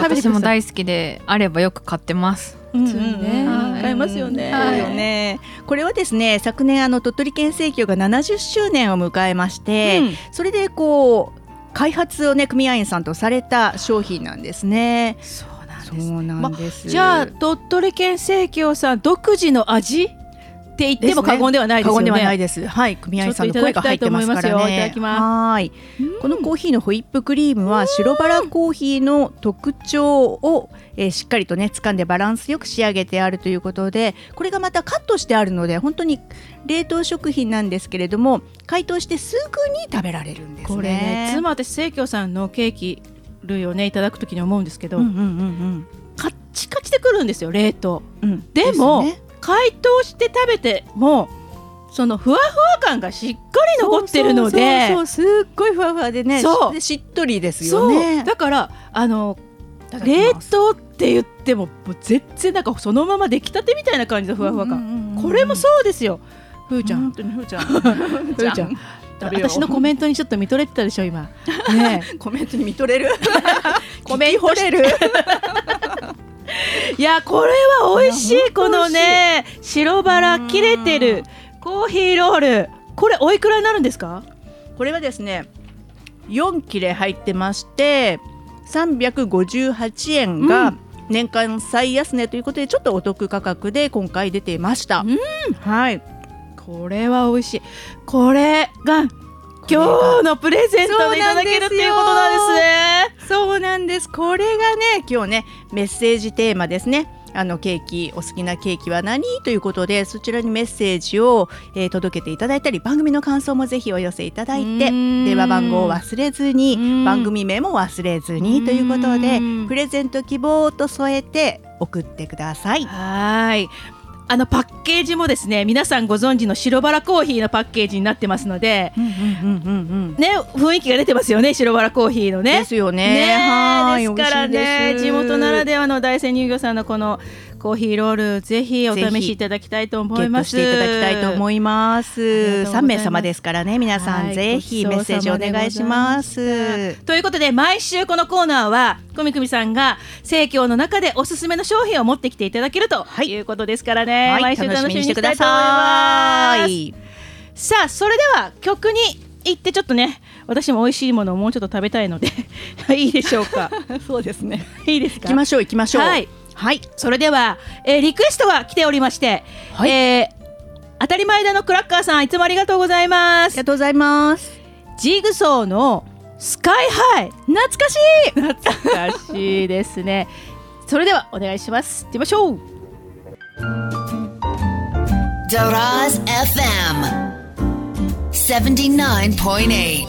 Speaker 3: 私も大好きであればよく買ってます
Speaker 1: うん
Speaker 2: そうね買えますよね
Speaker 1: そう
Speaker 3: はい
Speaker 1: よね。これはですね、昨年あの鳥取県政教が70周年を迎えまして、
Speaker 2: うん
Speaker 1: それでこう開発をね組合員さんとされた商品なんですね。
Speaker 2: そうなん
Speaker 1: そうなんです。
Speaker 2: じゃあ鳥取県生協さん独自の味って言っても過言ではないです
Speaker 1: 過
Speaker 2: よ
Speaker 1: 言
Speaker 2: ね
Speaker 1: ではないです。はい、組合員さんの声が入ってますから
Speaker 2: ちょっとい
Speaker 1: ね。
Speaker 2: ただきたいと思いますよいただきます
Speaker 1: はい。このコーヒーのホイップクリームは白バラコーヒーの特徴を、えーしっかりとね掴んでバランスよく仕上げてあるということでこれがまたカットしてあるので本当に冷凍食品なんですけれども解凍してすぐに食べられるんですね。
Speaker 2: これね妻私生協さんのケーキ類をねいただくときに思うんですけど、
Speaker 1: うんうんうん
Speaker 2: カッチカチでくるんですよ冷凍
Speaker 1: うんうん
Speaker 2: でも
Speaker 1: すね
Speaker 2: 解凍して食べてもそのふわふわ感がしっかり残ってるので
Speaker 1: そうそうそうすっごいふわふわでね
Speaker 2: そう
Speaker 1: でしっとりですよ
Speaker 2: そう
Speaker 1: ね。
Speaker 2: だからあの
Speaker 1: いただき
Speaker 2: 冷
Speaker 1: ます
Speaker 2: 凍って言ってももう全然なんかそのまま出来たてみたいな感じのふわふわ感、
Speaker 1: うんうんうんうん
Speaker 2: これもそうですよふーちゃん、
Speaker 1: 本当にふーちゃん。 <laughs> ふーちゃん。
Speaker 2: 私のコメントにちょっと見とれてたで
Speaker 1: <laughs>
Speaker 2: しょ今ねえ
Speaker 1: コメントに見とれ <laughs> る。
Speaker 2: コメントれるいやこれは美味しい
Speaker 1: いや
Speaker 2: このね白バラ切れてるコーヒーロールこれおいくらになるんですか
Speaker 1: <laughs> これはですね、4切れ入ってまして、358円
Speaker 2: う
Speaker 1: が年間最安値ということで、ちょっとお得価格で今回出ていました。はい。
Speaker 2: これは美味しいこれが今日のプレゼントでいただけるっていうことなんですね
Speaker 1: そうなんです。これがね、今日ね、メッセージテーマですね。あのケーキお好きなケーキは何ということでそちらにメッセージを、えー届けていただいたり番組の感想もぜひお寄せいただいて電話番号を忘れず
Speaker 2: う
Speaker 1: に
Speaker 2: ん
Speaker 1: 番組名も忘れずにということで
Speaker 2: うん
Speaker 1: プレゼント希望と添えて送ってください。
Speaker 2: はーい。あのパッケージもですね、皆さんご存知の白バラコーヒーのパッケージになってますので、ね、雰囲気が出てますよね、白バラコーヒーのね。
Speaker 1: ですよね。
Speaker 2: ね
Speaker 1: はーい
Speaker 2: ですからね、地元ならではの大山乳業さんのこのコーヒーロール、ぜひお試しいただきたいと思
Speaker 1: ゲ
Speaker 2: い
Speaker 1: ット
Speaker 2: ま
Speaker 1: し
Speaker 2: す。
Speaker 1: ていただきたいと思います。
Speaker 2: ありがとうございます
Speaker 1: 三名様ですからね、皆さん、
Speaker 2: はい
Speaker 1: ぜひ
Speaker 2: ご
Speaker 1: メッ
Speaker 2: ちそうさまでござ
Speaker 1: セージお願いします。
Speaker 2: ということで毎週このコーナーはこみくみさんが生協の中でおすすめの商品を持ってきていただけると
Speaker 1: はい
Speaker 2: いうことですからね、
Speaker 1: はい
Speaker 2: 毎週楽しみにしてくだ
Speaker 1: 楽
Speaker 2: さ
Speaker 1: しみ
Speaker 2: い
Speaker 1: にしてくださ
Speaker 2: さあそれでは曲に行ってちょっとね私も美味しいものをもうちょっと食べたい
Speaker 1: <laughs>
Speaker 2: のでいいでしょうか
Speaker 1: い。そうですね。
Speaker 2: いいです
Speaker 1: 行
Speaker 2: か
Speaker 1: きましょう、行きましょう。
Speaker 2: はい。
Speaker 1: はい。
Speaker 2: それでは、えーリクエストが来ておりまして、
Speaker 1: はい
Speaker 2: えー当たり前だのクラッカーさんいつもありがとうございま
Speaker 1: あり
Speaker 2: す
Speaker 1: がとうございます。
Speaker 2: ジーグソーのスカイハイ懐かしい懐かしいですねそれではお願いします行ってみましょう
Speaker 8: Daraz FM 79.8.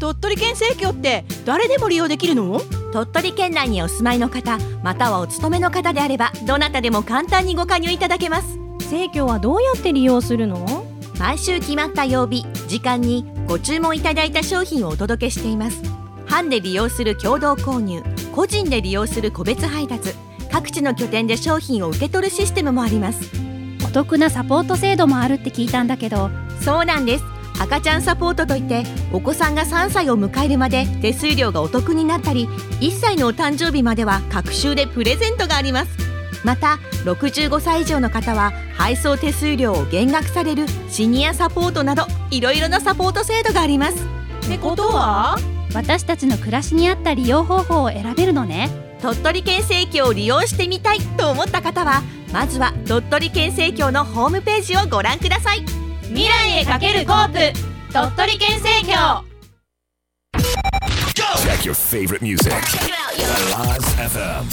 Speaker 2: 鳥取県生協って誰でも利用できるの
Speaker 10: 鳥取県内にお住まいの方またはお勤めの方であればどなたでも簡単にご加入いただけます
Speaker 6: 生協はどうやって利用するの
Speaker 10: 毎週決まった曜日時間にご注文いただいた商品をお届けしています班で利用する共同購入個人で利用する個別配達各地の拠点で商品を受け取るシステムもあります
Speaker 6: お得なサポート制度もあるって聞いたんだけど
Speaker 10: そうなんです赤ちゃんサポートといってお子さんが3歳を迎えるまで手数料がお得になったり1歳のお誕生日までは各週でプレゼントがありますまた65歳以上の方は配送手数料を減額されるシニアサポートなどいろいろなサポート制度があります
Speaker 11: ってことは
Speaker 6: 私たちの暮らしに合った利用方法を選べるのね
Speaker 10: 鳥取県生協を利用してみたいと思った方はまずは鳥取県生協のホームページをご覧ください
Speaker 11: 未来へかけるコープ鳥取県生協
Speaker 4: Check your favorite music. Laz FM.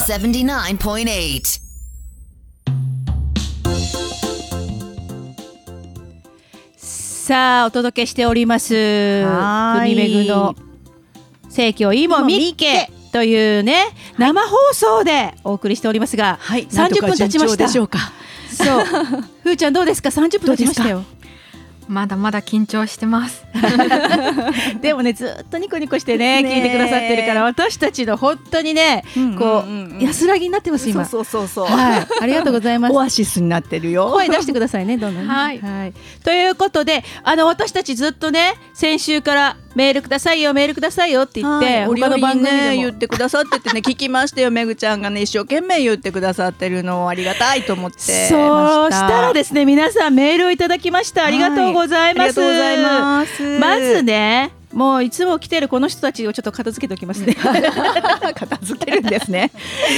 Speaker 8: 79.8.
Speaker 2: さあお届けしております
Speaker 12: はーい
Speaker 2: 組めぐの生協いもみっけというね生放送でお送りしておりますが、
Speaker 1: はい、
Speaker 2: 30分経ちま
Speaker 1: なんとか順調
Speaker 2: した
Speaker 1: でしょうか。
Speaker 2: そうふーちゃんどうですか30分経ちましたよ
Speaker 3: まだまだ緊張してます。
Speaker 2: でもねずっとニコニコしてね聞いてくださってるから私たちの本当にねこう,、安らぎになってます今
Speaker 1: そうそうそうそう。
Speaker 2: はいありがとうご
Speaker 1: <laughs>
Speaker 2: ざいます
Speaker 1: オアシスになってるよ。
Speaker 2: 声出してくださいね、どんどんね。
Speaker 3: はい
Speaker 2: ということで、あの私たちずっとね、先週からメールくださいよ、メールくださいよって言って、
Speaker 1: はい、お
Speaker 2: 他
Speaker 1: 料
Speaker 2: の番
Speaker 1: 理
Speaker 2: 組でも、
Speaker 1: ね言ってくださっててね聞きましたよめぐちゃんがね一生懸命言ってくださってるのをありがたいと思ってました
Speaker 2: そうしたらですね、皆さんメールをいただきました。ありがとうござい
Speaker 1: はい
Speaker 2: ます。
Speaker 1: ありがとうございます
Speaker 2: まずね、もういつも来てるこの人たちをちょっと片付けておきます
Speaker 1: <laughs>
Speaker 2: ね。
Speaker 1: 片付けるんですね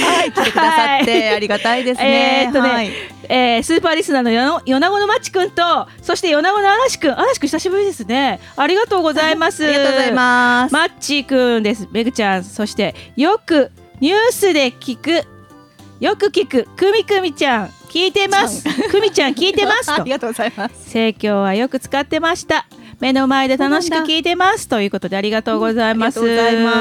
Speaker 1: はい来てくださってありがたいですね、
Speaker 2: えーっとね
Speaker 1: はい
Speaker 2: <laughs> えースーパーリスナーのよの米子のまちくんとそして米子の嵐くん嵐くん久しぶりですねありがとうございます
Speaker 1: ありがとうございます、
Speaker 2: マッチーくんです。めぐちゃん、そしてよくニュースで聞く、よく聞く、くみくみちゃん、聞いてます。くみちゃん、聞いてま
Speaker 1: <laughs>
Speaker 2: す
Speaker 1: あ
Speaker 2: と
Speaker 1: り。がとうございます
Speaker 2: 生協はよく使ってました。目の前で楽しく聞いてますということでありがとうございます。
Speaker 1: うんありがと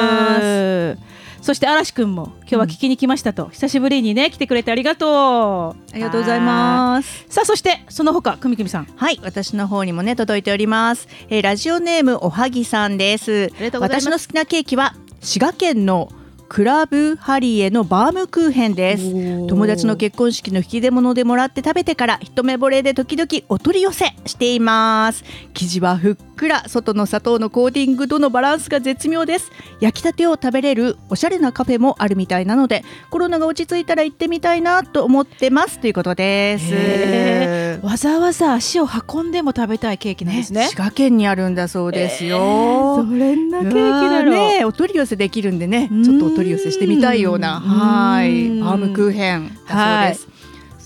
Speaker 1: うござ
Speaker 2: そして嵐くんも今日は聞きに来ましたと、久しぶりにね来てくれてありがとう。
Speaker 1: ありがとうございます
Speaker 2: さあそしてその他くみくみさんあ
Speaker 1: はい私の方にもね届いております、えーラジオネームおはぎさんです
Speaker 2: りがとうございま
Speaker 1: 私
Speaker 2: す
Speaker 1: の好きなケーキは滋賀県のクラブハリエのバームクーヘンです友達の結婚式の引き出物でもらって食べてから一目惚れで時々お取り寄せしています生地はふっくら外の砂糖のコーティングとのバランスが絶妙です焼きたてを食べれるおしゃれなカフェもあるみたいなのでコロナが落ち着いたら行ってみたいなと思ってますということです
Speaker 2: へわざわざ足を運んでも食べたいケーキなんですね。
Speaker 1: 滋賀県にあるんだそうですよ、
Speaker 2: れんな
Speaker 1: ケーキだねお取り寄せできるんでね
Speaker 2: うん
Speaker 1: ちょっとお取り寄せしてみたいような
Speaker 2: うん
Speaker 1: はい
Speaker 2: うん
Speaker 1: バームクーヘンだそうです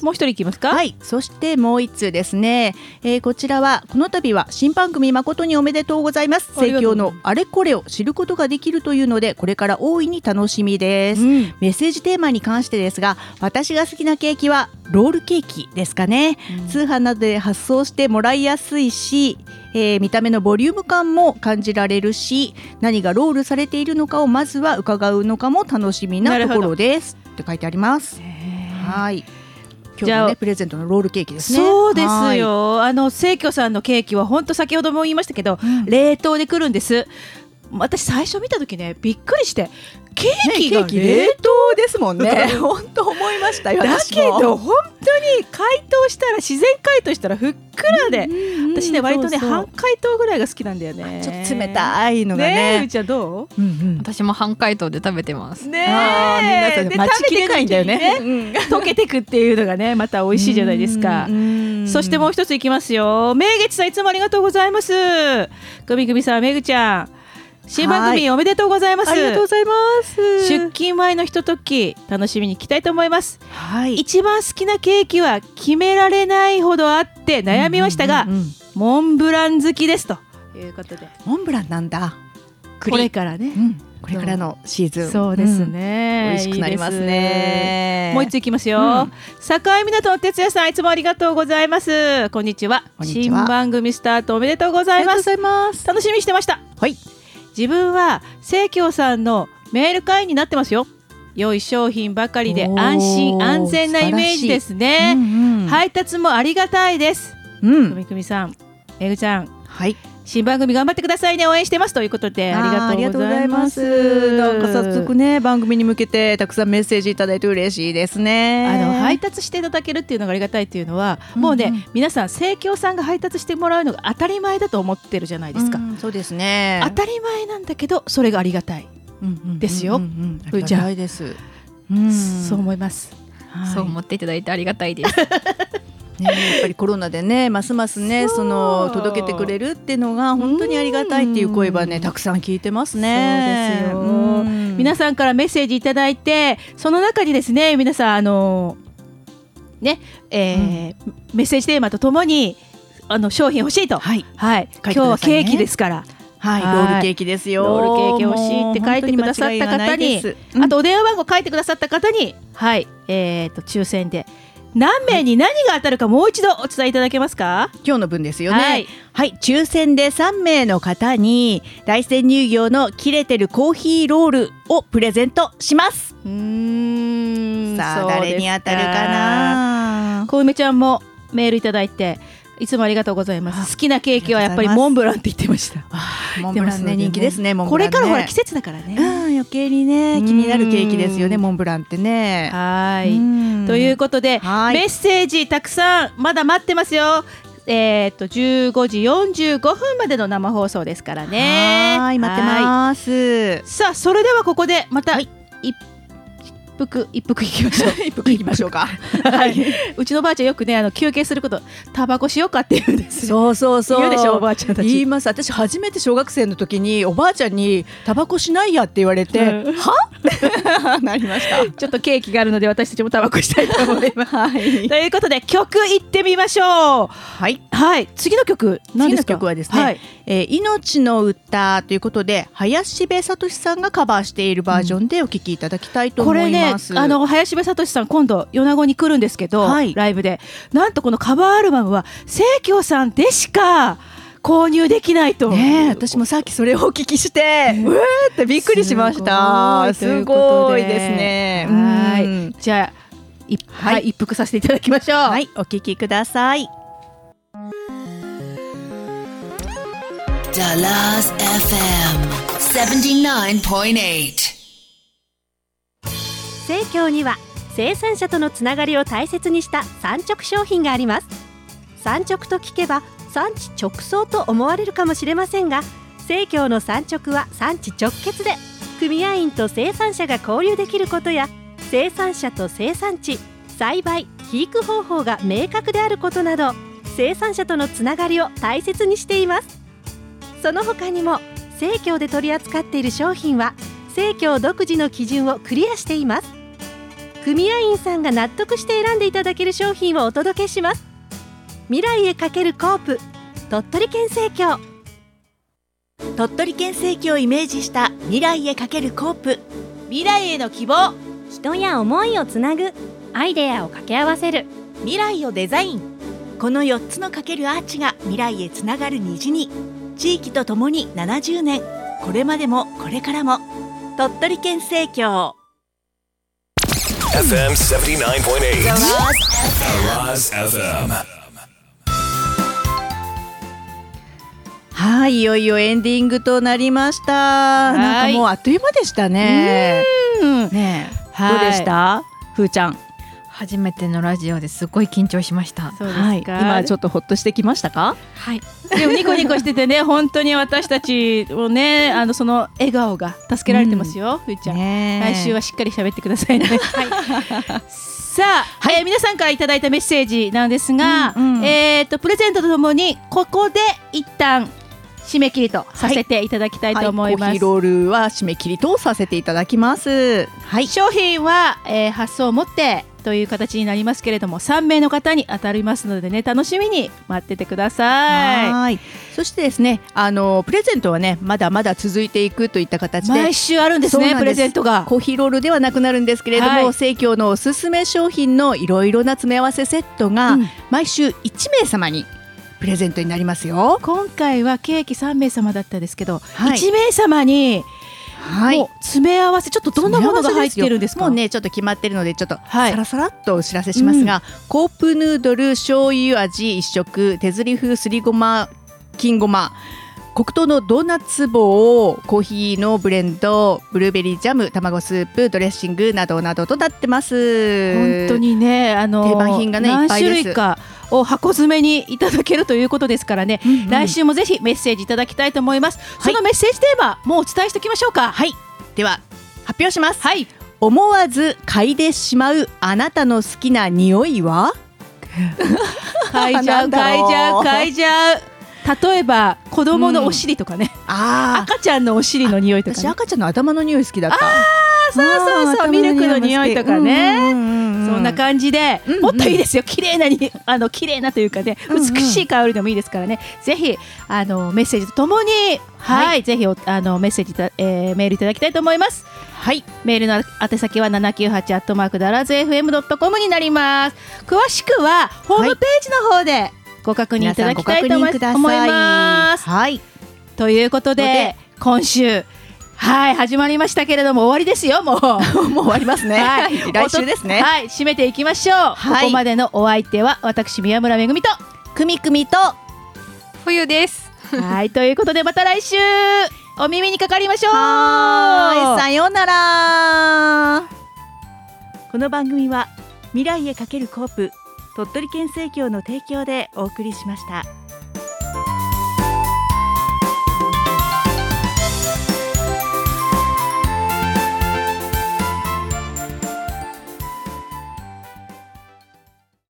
Speaker 2: もう一人いきますか。
Speaker 1: はい、そしてもう一通ですね、えーこちらはこの度は新番組誠におめでとうございます
Speaker 2: ありが
Speaker 1: 盛
Speaker 2: とう
Speaker 1: 況のあれこれを知ることができるというのでこれから大いに楽しみです、
Speaker 2: うん
Speaker 1: メッセージテーマに関してですが私が好きなケーキはロールケーキですかね、通販などで発送してもらいやすいし、えー見た目のボリューム感も感じられるし何がロールされているのかをまずは伺うのかも楽しみ
Speaker 2: な
Speaker 1: な
Speaker 2: る
Speaker 1: と
Speaker 2: ほど
Speaker 1: ころですって書いてありますはい今日
Speaker 2: じゃ
Speaker 1: の
Speaker 2: あ
Speaker 1: ねプレゼントのロールケーキですね
Speaker 2: そうですよ。あの聖居さんのケーキは本当先ほども言いましたけど、冷凍で来るんです。私最初見た時ねびっくりしてケーキ
Speaker 1: ケ
Speaker 2: が
Speaker 1: ーキ
Speaker 2: 冷
Speaker 1: 冷凍ですもん <laughs> ね本当思いましたよ
Speaker 2: だ
Speaker 1: 私
Speaker 2: け
Speaker 1: も
Speaker 2: ど本当に解凍したら自然解凍したらふっくらで、私ね割と
Speaker 1: そ
Speaker 2: ね
Speaker 1: うそう
Speaker 2: 半解凍ぐらいが好きなんだよね。
Speaker 1: ちょっと冷たいのが
Speaker 2: ね
Speaker 1: ね
Speaker 2: えうちはど
Speaker 1: うんうん
Speaker 3: 私も半解凍で食べてます
Speaker 2: う？。ね
Speaker 1: あー皆さん
Speaker 2: で
Speaker 1: 待ちきれないんだよね <laughs>
Speaker 2: 食べてくうちにね溶けてくっていうのがねまた美味しいじゃないですか。そしてもう一ついきますよ。明月さんいつもありがとうございます。グミグミさん、めぐちゃん、新番組おめでとうございます。
Speaker 1: ありがとうございます
Speaker 2: 出勤前のひととき楽しみに行きたいと思います。
Speaker 1: はい
Speaker 2: 一番好きなケーキは決められないほどあって悩みましたが、
Speaker 1: うんうんうん
Speaker 2: モンブラン好きですということで、
Speaker 1: モンブランなんだ
Speaker 2: これからね。
Speaker 1: うんこれからのシーズン
Speaker 2: そうです
Speaker 1: ん
Speaker 2: ね。
Speaker 1: 美味しくなりますね
Speaker 2: もう一ついきますよ、境港の哲也さんいつもありがとうございますこんにちは
Speaker 1: こんにちは
Speaker 2: 新番組スタートおめでとうございます楽しみにしてました
Speaker 1: はい
Speaker 2: 自分は清京さんのメール会員になってますよ良い商品ばかりで安心安全なイメージですね、配達もありがたいです
Speaker 1: うん
Speaker 2: くみくみさんめぐちゃん
Speaker 1: はい
Speaker 2: 新番組頑張ってくださいね応援してますということでありがとうございます
Speaker 1: なんか早速ね番組に向けてたくさんメッセージいただいて嬉しいですね。
Speaker 2: あの配達していただけるっていうのがありがたいっていうのは、もうね皆さん生協さんが配達してもらうのが当たり前だと思ってるじゃないですか、
Speaker 1: そうですね。
Speaker 2: 当たり前なんだけどそれがありがたいですよ、
Speaker 1: ありがた
Speaker 2: い
Speaker 1: です、
Speaker 2: そう思います、
Speaker 3: そう思っていただいてありがた
Speaker 2: <laughs>
Speaker 3: いです。
Speaker 1: ね、やっぱりコロナでねますますねその届けてくれるっていうのが本当にありがたいっていう声はねたくさん聞いてますね。
Speaker 2: そうですよ、皆さんからメッセージいただいてその中にですね皆さんあのね、えーメッセージテーマとともにあの商品欲しいとはい、今
Speaker 1: ださいね
Speaker 2: 日はケーキですから
Speaker 1: はい、ロールケーキですよ。
Speaker 2: ロールケーキ欲しいって書いてくださった方に、あとお電話番号書いてくださった方に、はい、えっ、と抽選で何名に何が当たるかもう一度お伝えいただけますか？
Speaker 1: 今日の分ですよ
Speaker 13: ねはい、抽選で3名の方に大山乳業の切れてるコーヒーロールをプレゼントします
Speaker 1: さあ
Speaker 2: そうですか
Speaker 1: 誰に当たるかな。
Speaker 2: 小梅ちゃんもメールいただいて。いつもありがとうございます。好きなケーキはやっぱり
Speaker 1: ありがと
Speaker 2: モ
Speaker 1: う
Speaker 2: ン
Speaker 1: ご
Speaker 2: ブ
Speaker 1: ざいます
Speaker 2: ランって言ってました。
Speaker 1: モンブランね人気ですね。モン
Speaker 2: こ
Speaker 1: ブラン
Speaker 2: れ
Speaker 1: ね
Speaker 2: からほら季節だからね。
Speaker 1: うん余計にね気になるケーキですよねモンブランってね。
Speaker 2: はい。ということで、メッセージたくさんまだ待ってますよ。えーっと15時45分までの生放送ですからね。
Speaker 1: はい待って
Speaker 2: は
Speaker 1: ます。
Speaker 2: いさあそれではここでまた、一服一服いきま
Speaker 1: <laughs>
Speaker 2: しょう。一服いきましょう
Speaker 1: か。
Speaker 2: <laughs> はい。うちのばあちゃんよくねあの休憩することタバコしようかって言うんですよ。
Speaker 1: そうそうそう
Speaker 2: 言うでしょおばあちゃんたち。
Speaker 1: 言います私初めて小学生の時におばあちゃんにタバコしないやって言われて、
Speaker 2: うん
Speaker 1: は <laughs> なりました、
Speaker 2: ちょっとケーキがあるので私たちもタバコしたいと思い <laughs> ます。ということで曲いってみましょう。はい次の曲何
Speaker 1: 次
Speaker 2: で
Speaker 1: の
Speaker 2: すか
Speaker 1: 曲はですね、
Speaker 2: はい
Speaker 1: えー命の歌ということで林部聡さんがカバーしているバージョンでお聞きいただきたいと
Speaker 2: こ
Speaker 1: 思
Speaker 2: れ
Speaker 1: い
Speaker 2: ね
Speaker 1: ます。
Speaker 2: あの林部聡さん今度米子に来るんですけど、ライブでなんとこのカバーアルバムは清京さんでしか購入できないと
Speaker 1: ねえ私もさっきそれをお聞き <laughs> して、うえーってびっくりしました。
Speaker 2: すご
Speaker 1: す
Speaker 2: い
Speaker 1: ごいですね。
Speaker 2: ということではい
Speaker 1: うん
Speaker 2: じゃあ一はい、一服させていただきましょう。
Speaker 1: はい、お聞きください。
Speaker 8: Dallas FM 79.8.
Speaker 6: 生協には生産者とのつながりを大切にした産直商品があります産直と聞けば産地直送と思われるかもしれませんが生協の産直は産地直結で組合員と生産者が交流できることや生産者と生産地栽培肥育方法が明確であることなど生産者とのつながりを大切にしていますその他にも生協で取り扱っている商品は生協独自の基準をクリアしています組合員さんが納得して選んでいただける商品をお届けします未来へかけるコープ鳥取県生協
Speaker 13: 鳥取県政教をイメージした未来へかけるコープ
Speaker 2: 未来への希望
Speaker 14: 人や思いをつなぐアイデアを掛け合わせる
Speaker 15: 未来をデザイン
Speaker 13: この4つのかけるアーチが未来へつながる虹に地域とともに70年これまでもこれからも鳥取県政教
Speaker 4: FM 79.8.
Speaker 8: Dallas
Speaker 4: Dallas FM.
Speaker 1: はい、いよいよエンディングとなりました。なんかもうあっという間でしたね。ねえ、
Speaker 3: はい
Speaker 1: どうでした、ふーちゃん。
Speaker 3: 初めてのラジオですごい緊張しました。
Speaker 2: そうですか
Speaker 1: はい、今ちょっとほっとしてきましたか。
Speaker 3: はい。
Speaker 2: でもニコニコしててね本当に私たちをねあのその笑顔が助けられてますよ、ふーちゃん、来週 <laughs> はしっかり喋ってくださいね、さあ、えー皆さんからいただいたメッセージなんですが、えー、とプレゼントとともにここで一旦締め切りとさせていただきたいと思います、
Speaker 1: はいコーヒーロールは締め切りとさせていただきます。はい、
Speaker 2: 商品は、えー発送を持ってという形になりますけれども3名の方に当たりますのでね楽しみに待っててください。
Speaker 1: はい。そしてですね、あのプレゼントはね、まだまだ続いていくといった形で、
Speaker 2: 毎週あるんですね
Speaker 1: そうな
Speaker 2: プレゼントが
Speaker 1: コーヒーロールではなくなるんですけれど
Speaker 2: は
Speaker 1: も、
Speaker 2: い
Speaker 1: 生協のおすすめ商品のいろいろな詰め合わせセットが、毎週1名様にプレゼントになりますよ。
Speaker 2: 今回はケーキ3名様だったですけど、
Speaker 1: はい
Speaker 2: 1名様に
Speaker 1: はい
Speaker 2: もう詰め合わせちょっとどんなものが入ってるんですか
Speaker 1: もうねちょっと決まってるのでちょっとさらさらっとお知らせしますが、コープヌードル醤油味一色手ずり風すりごま金ごま黒糖のドーナツ棒コーヒーのブレンドブルーベリージャム卵スープドレッシングなどなどとなってます
Speaker 2: 本当にねあの
Speaker 1: 定番品がねいっ
Speaker 2: 何
Speaker 1: ぱい
Speaker 2: 種
Speaker 1: です
Speaker 2: 類かを箱詰めにいただけるということですからね、来週もぜひメッセージいただきたいと思います、そのメッセージテーマもうお伝えしておきましょうか <laughs>
Speaker 1: はいでは発表します
Speaker 2: はい
Speaker 1: 思わず嗅いでしまうあなたの好きな匂いは
Speaker 2: 嗅いじゃ
Speaker 1: な
Speaker 2: う
Speaker 1: んだ
Speaker 2: 嗅
Speaker 1: ろ
Speaker 2: いうじゃう嗅いじゃう例えば子供のお尻とかね、
Speaker 1: あ
Speaker 2: 赤ちゃんのお尻の匂いとか、
Speaker 1: 私
Speaker 2: ね、
Speaker 1: 赤ちゃんの頭の匂い好きだった
Speaker 2: あそうそうそうミルクの匂いとかね、そんな感じで、もっといいですよ綺麗なに <laughs> あの綺麗なというかね美しい香りでもいいですからね、ぜひあのメッセージとともにはい、ぜひおあのメッセージいた、えーメールいただきたいと思いますはいメールの宛先は7 9 8アットマークダラズ FM ドットコムになります詳しくはホームページの方でご確認いただきたいと思います思います
Speaker 1: はい
Speaker 2: ということで
Speaker 1: ので
Speaker 2: 今週はい始まりましたけれども終わりで
Speaker 1: <laughs>
Speaker 2: すよもうもう終わりますねはい
Speaker 1: 来週ですね
Speaker 2: おとはい締めていきましょう、
Speaker 1: はい
Speaker 2: ここまでのお相手は私宮村めぐみと
Speaker 1: くみくみと
Speaker 3: 冬です
Speaker 2: はいということでまた来週お耳にかかりましょう
Speaker 1: はーいさようなら
Speaker 16: この番組は未来へかけるコープ鳥取県生協の提供でお送りしました。